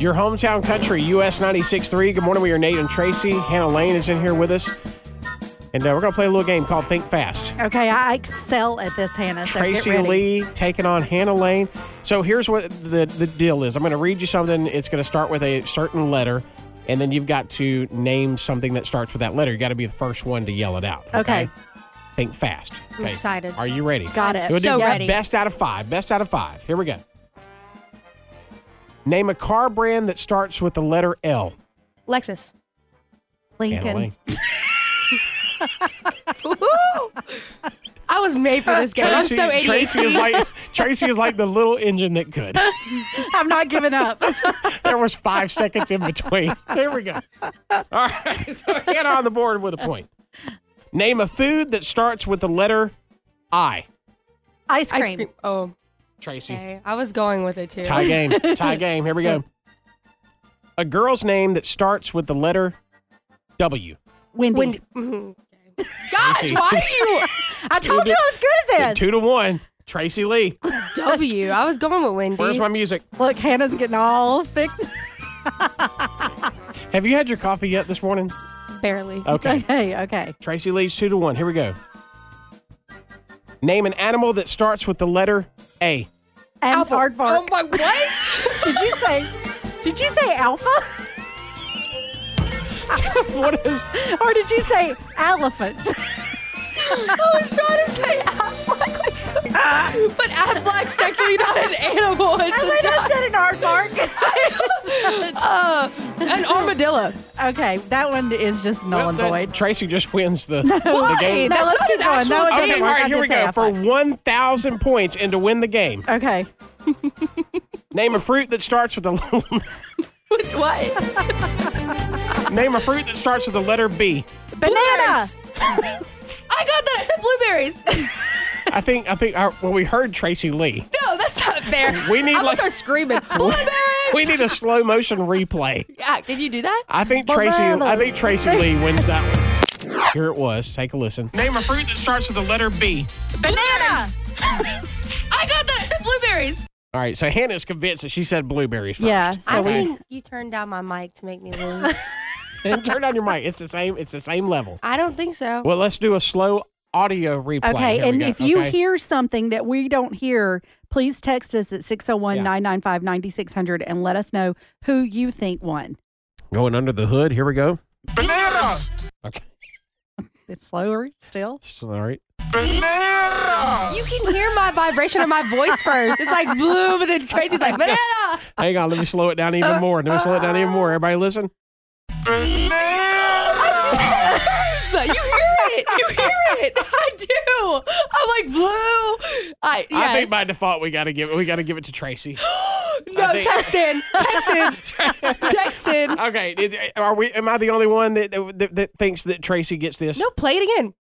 Your hometown country, US 96.3. Good morning. We are Nate and Tracy. Hannah Lane is in here with us. And uh, we're going to play a little game called Think Fast. Okay, I I excel at this, Hannah. So Tracy get ready. Lee taking on Hannah Lane. So here's what the, the deal is I'm going to read you something. It's going to start with a certain letter. And then you've got to name something that starts with that letter. You got to be the first one to yell it out. Okay. Think fast. I'm excited. Are you ready? Got it. We'll do So be- ready. Best out of five. Best out of five. Here we go. Name a car brand that starts with the letter L. Lexus. Hannah Lane. Lincoln. I was made for this game. I'm so ADHD. Tracy is like Tracy is like the little engine that could. I'm not giving up. There was five seconds in between. There we go. All right, so Hannah on the board with a point. Name a food that starts with the letter I. Ice cream. Ice cream. Oh, Tracy, okay. I was going with it too. tie game, tie game. Here we go. A girl's name that starts with the letter W. Windy. When, mhm, okay. Gosh, why do I told you I was good at this. Two to one. Tracy Lee. you W? I was going with Wendy. Where's my music? Look, Hannah's getting all fixed. Have you had your coffee yet this morning? Barely. Okay. Okay, okay. Tracy leads two to one. Here we go. Name an animal that starts with the letter A. And Alpha. aardvark. Oh my what? Did you say? Did you say alpha? what is? Or did you say elephant? I was trying to say Affleck, but Affleck's technically not an animal. It's I a mean, I dog. said an aardvark. Uh, an armadillo. okay, that one is just null Well, and that- void. Tracy just wins the. Why? game- No, That's let's not keep an going. That one actual game. doesn't Okay, all work. I right, here did we say go for alpha. one thousand points and to win the game. Okay. Name a fruit that starts with the. With what? name a fruit that starts with the letter B. Banana. Blueberries. I got that. I said blueberries. I think. I think. Our, well, we heard Tracy Lee. No, that's not fair. We need, I'm gonna like- start screaming. Blueberries. We need a slow motion replay. Yeah, can you do that? I think Tracy. I think Bananas. Tracy Lee wins that one. Here it was. Take a listen. Name a fruit that starts with the letter B. Banana. I got that. I said blueberries. All right, so Hannah's convinced that she said blueberries first. Yeah, so I we- think you turned down my mic to make me lose. And turn on your mic. It's the same. It's the same level. I don't think so. Well, let's do a slow audio replay. Okay, Here we and go. if you Okay. hear something that we don't hear, please text us at 601 995 9600 and let us know who you think won. going under the hood, here we go. Bananas! Okay, It's slower still. It's all right. Bananas! you can hear my vibration of my voice first. It's like blue, but then Tracy's like banana. Hang on, let me slow it down even more. Let me slow it down even more. Everybody, listen. Bananas! So you hear it. You hear it. I do. I'm like blue. I, yes. I think by default we gotta give we gotta give it to Tracy. I no, think- text in. Text in. text in. Okay, is- are we? Am I the only one that that, that thinks that Tracy gets this? No, play it again.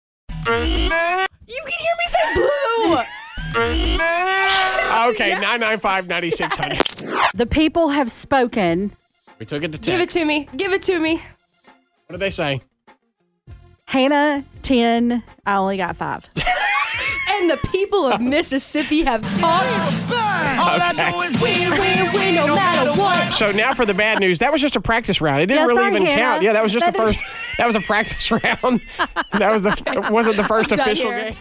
You can hear me say blue. Okay, nine nine five ninety six hundred. The people have spoken. We took it to ten. Give it to me. Give it to me. what do they say? Hannah, 10. I only got five. And the people of Mississippi have talked. All I do is Win, win, win, no matter what. So now for the bad news. That was just a practice round. It didn't Yeah, really sorry, even Hannah. count. Yeah, that was just the That first. is- That was a practice round. that was the. It wasn't the first I'm done official here. game.